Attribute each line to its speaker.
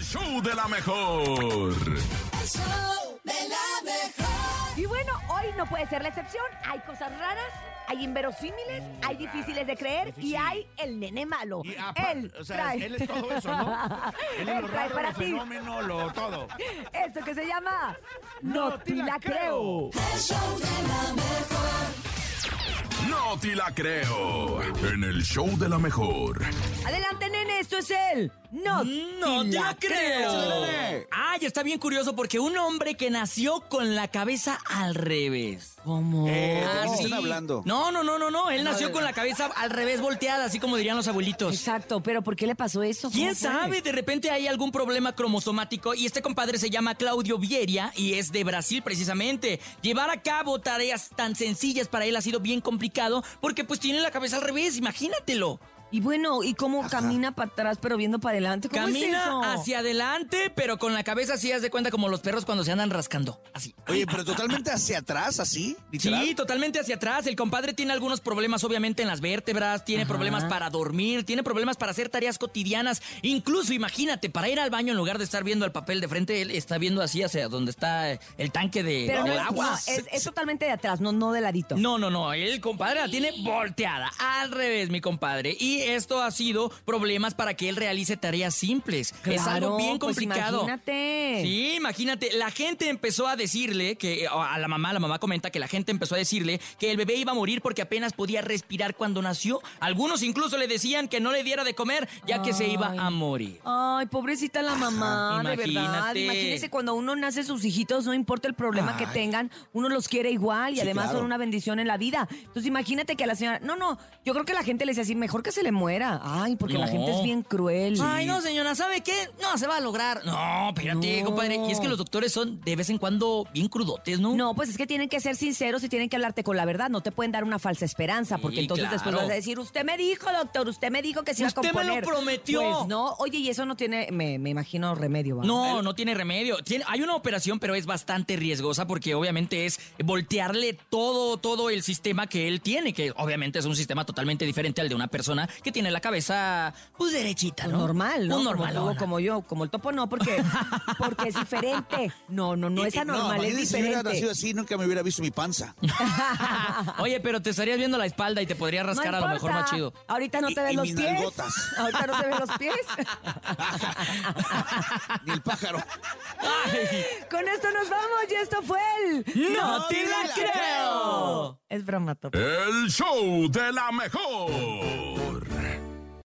Speaker 1: show de la mejor.
Speaker 2: show de la mejor.
Speaker 3: Y bueno, hoy no puede ser la excepción. Hay cosas raras, hay inverosímiles, hay difíciles de creer y
Speaker 4: difícil.
Speaker 3: hay el nene malo.
Speaker 4: Y apa-
Speaker 3: él
Speaker 4: Ah, o sea,
Speaker 3: trae
Speaker 4: él es todo eso, ¿no? Él es
Speaker 3: Él
Speaker 4: lo
Speaker 3: trae
Speaker 4: raro,
Speaker 3: para
Speaker 4: lo
Speaker 3: ti.
Speaker 4: fenómeno, lo todo.
Speaker 3: esto que se llama No te la creo.
Speaker 2: El show de la mejor.
Speaker 1: No te la creo. En el show de la mejor.
Speaker 3: Adelante, nene, esto es él. No,
Speaker 5: Mm, No te la creo. Ay, está bien curioso porque un hombre que nació con la cabeza al revés. ¿Cómo?
Speaker 4: Eh,
Speaker 3: Ah,
Speaker 4: ¿de qué
Speaker 6: están hablando?
Speaker 5: No, no, no, no, no. Él nació con la cabeza al revés volteada, así como dirían los abuelitos.
Speaker 3: Exacto, pero ¿por qué le pasó eso?
Speaker 5: ¿Quién
Speaker 3: ¿Cómo fue?
Speaker 5: sabe? De repente hay algún problema cromosomático y este compadre se llama Claudio Vieria y es de Brasil precisamente. Llevar a cabo tareas tan sencillas para él ha sido bien complicado porque pues tiene la cabeza al revés, imagínatelo.
Speaker 3: Y bueno, ¿y cómo camina para atrás pero viendo para adelante? ¿Cómo es eso?
Speaker 5: Camina hacia adelante, pero con la cabeza así, haz de cuenta como los perros cuando se andan rascando. Así.
Speaker 6: Oye, pero totalmente hacia atrás, así, literal.
Speaker 5: Sí, totalmente hacia atrás. El compadre tiene algunos problemas, obviamente, en las vértebras, tiene problemas para dormir, tiene problemas para hacer tareas cotidianas. Incluso, imagínate, para ir al baño, en lugar de estar viendo al papel de frente, él está viendo así hacia donde está eh, el tanque de,
Speaker 3: Pero
Speaker 5: de
Speaker 3: no, es,
Speaker 5: agua.
Speaker 3: no, es- es totalmente de atrás, no, no de ladito.
Speaker 5: No, no, no, el compadre la tiene volteada, al revés, mi compadre. Y esto ha sido problemas para que él realice tareas simples. es
Speaker 3: Claro,
Speaker 5: algo bien
Speaker 3: pues
Speaker 5: complicado.
Speaker 3: imagínate.
Speaker 5: Sí, imagínate, la gente empezó a decirle que a la mamá, la mamá comenta que la gente empezó a decirle que el bebé iba a morir porque apenas podía respirar cuando nació. Algunos incluso le decían que no le diera de comer ya que se iba a morir.
Speaker 3: Ay, pobrecita la mamá, de verdad.
Speaker 5: imagínate.
Speaker 3: Imagínese cuando uno nace sus hijitos, no importa el problema que tengan, uno los quiere igual y
Speaker 6: Sí,
Speaker 3: además son
Speaker 6: claro.
Speaker 3: una bendición en la vida. Entonces imagínate que a la señora, no, no, yo creo que la gente le dice así, mejor que se le muera. Ay, porque la
Speaker 5: No.
Speaker 3: gente es bien cruel.
Speaker 5: Ay, no, señora, ¿sabe qué? No, se va a lograr. No, espérate,
Speaker 3: No.
Speaker 5: compadre. Y es que los doctores son de vez en cuando bien crudotes, ¿no?
Speaker 3: No, pues es que tienen que ser sinceros y tienen que hablarte con la verdad. No te pueden dar una falsa esperanza, porque
Speaker 5: Sí,
Speaker 3: entonces después
Speaker 5: claro.
Speaker 3: vas a decir, usted me dijo, doctor, usted me dijo que se iba a
Speaker 5: Usted me lo
Speaker 3: componer.
Speaker 5: prometió.
Speaker 3: Pues no, oye, y eso no tiene, me, me imagino, remedio. ¿va?
Speaker 5: No, no tiene remedio. Tiene- hay una operación, pero es bastante riesgosa porque obviamente es voltearle todo, todo el sistema que él tiene, que obviamente es un sistema totalmente diferente al de una persona que tiene la cabeza pues derechita,
Speaker 3: Pues
Speaker 5: ¿no?
Speaker 3: normal, ¿no?
Speaker 5: Un
Speaker 3: Como
Speaker 5: normal.
Speaker 3: tú, Como, yo, como el topo no, porque, porque es diferente. No, no, no es anormal, es
Speaker 6: imagínate si hubiera nacido
Speaker 3: diferente.
Speaker 6: así, nunca me hubiera visto mi panza.
Speaker 5: Oye, pero te estarías viendo la espalda y te podría rascar a lo mejor
Speaker 3: importa.
Speaker 5: más chido.
Speaker 3: Ahorita no
Speaker 6: Y-
Speaker 3: te ves
Speaker 6: y
Speaker 3: los
Speaker 6: mis
Speaker 3: pies.
Speaker 6: nalgotas.
Speaker 3: Ahorita no te ves los pies.
Speaker 6: Ni el pájaro.
Speaker 3: Con esto nos vamos y esto fue el...
Speaker 5: ¡No te la creo!
Speaker 3: Es broma, topo.
Speaker 1: El show de la mejor.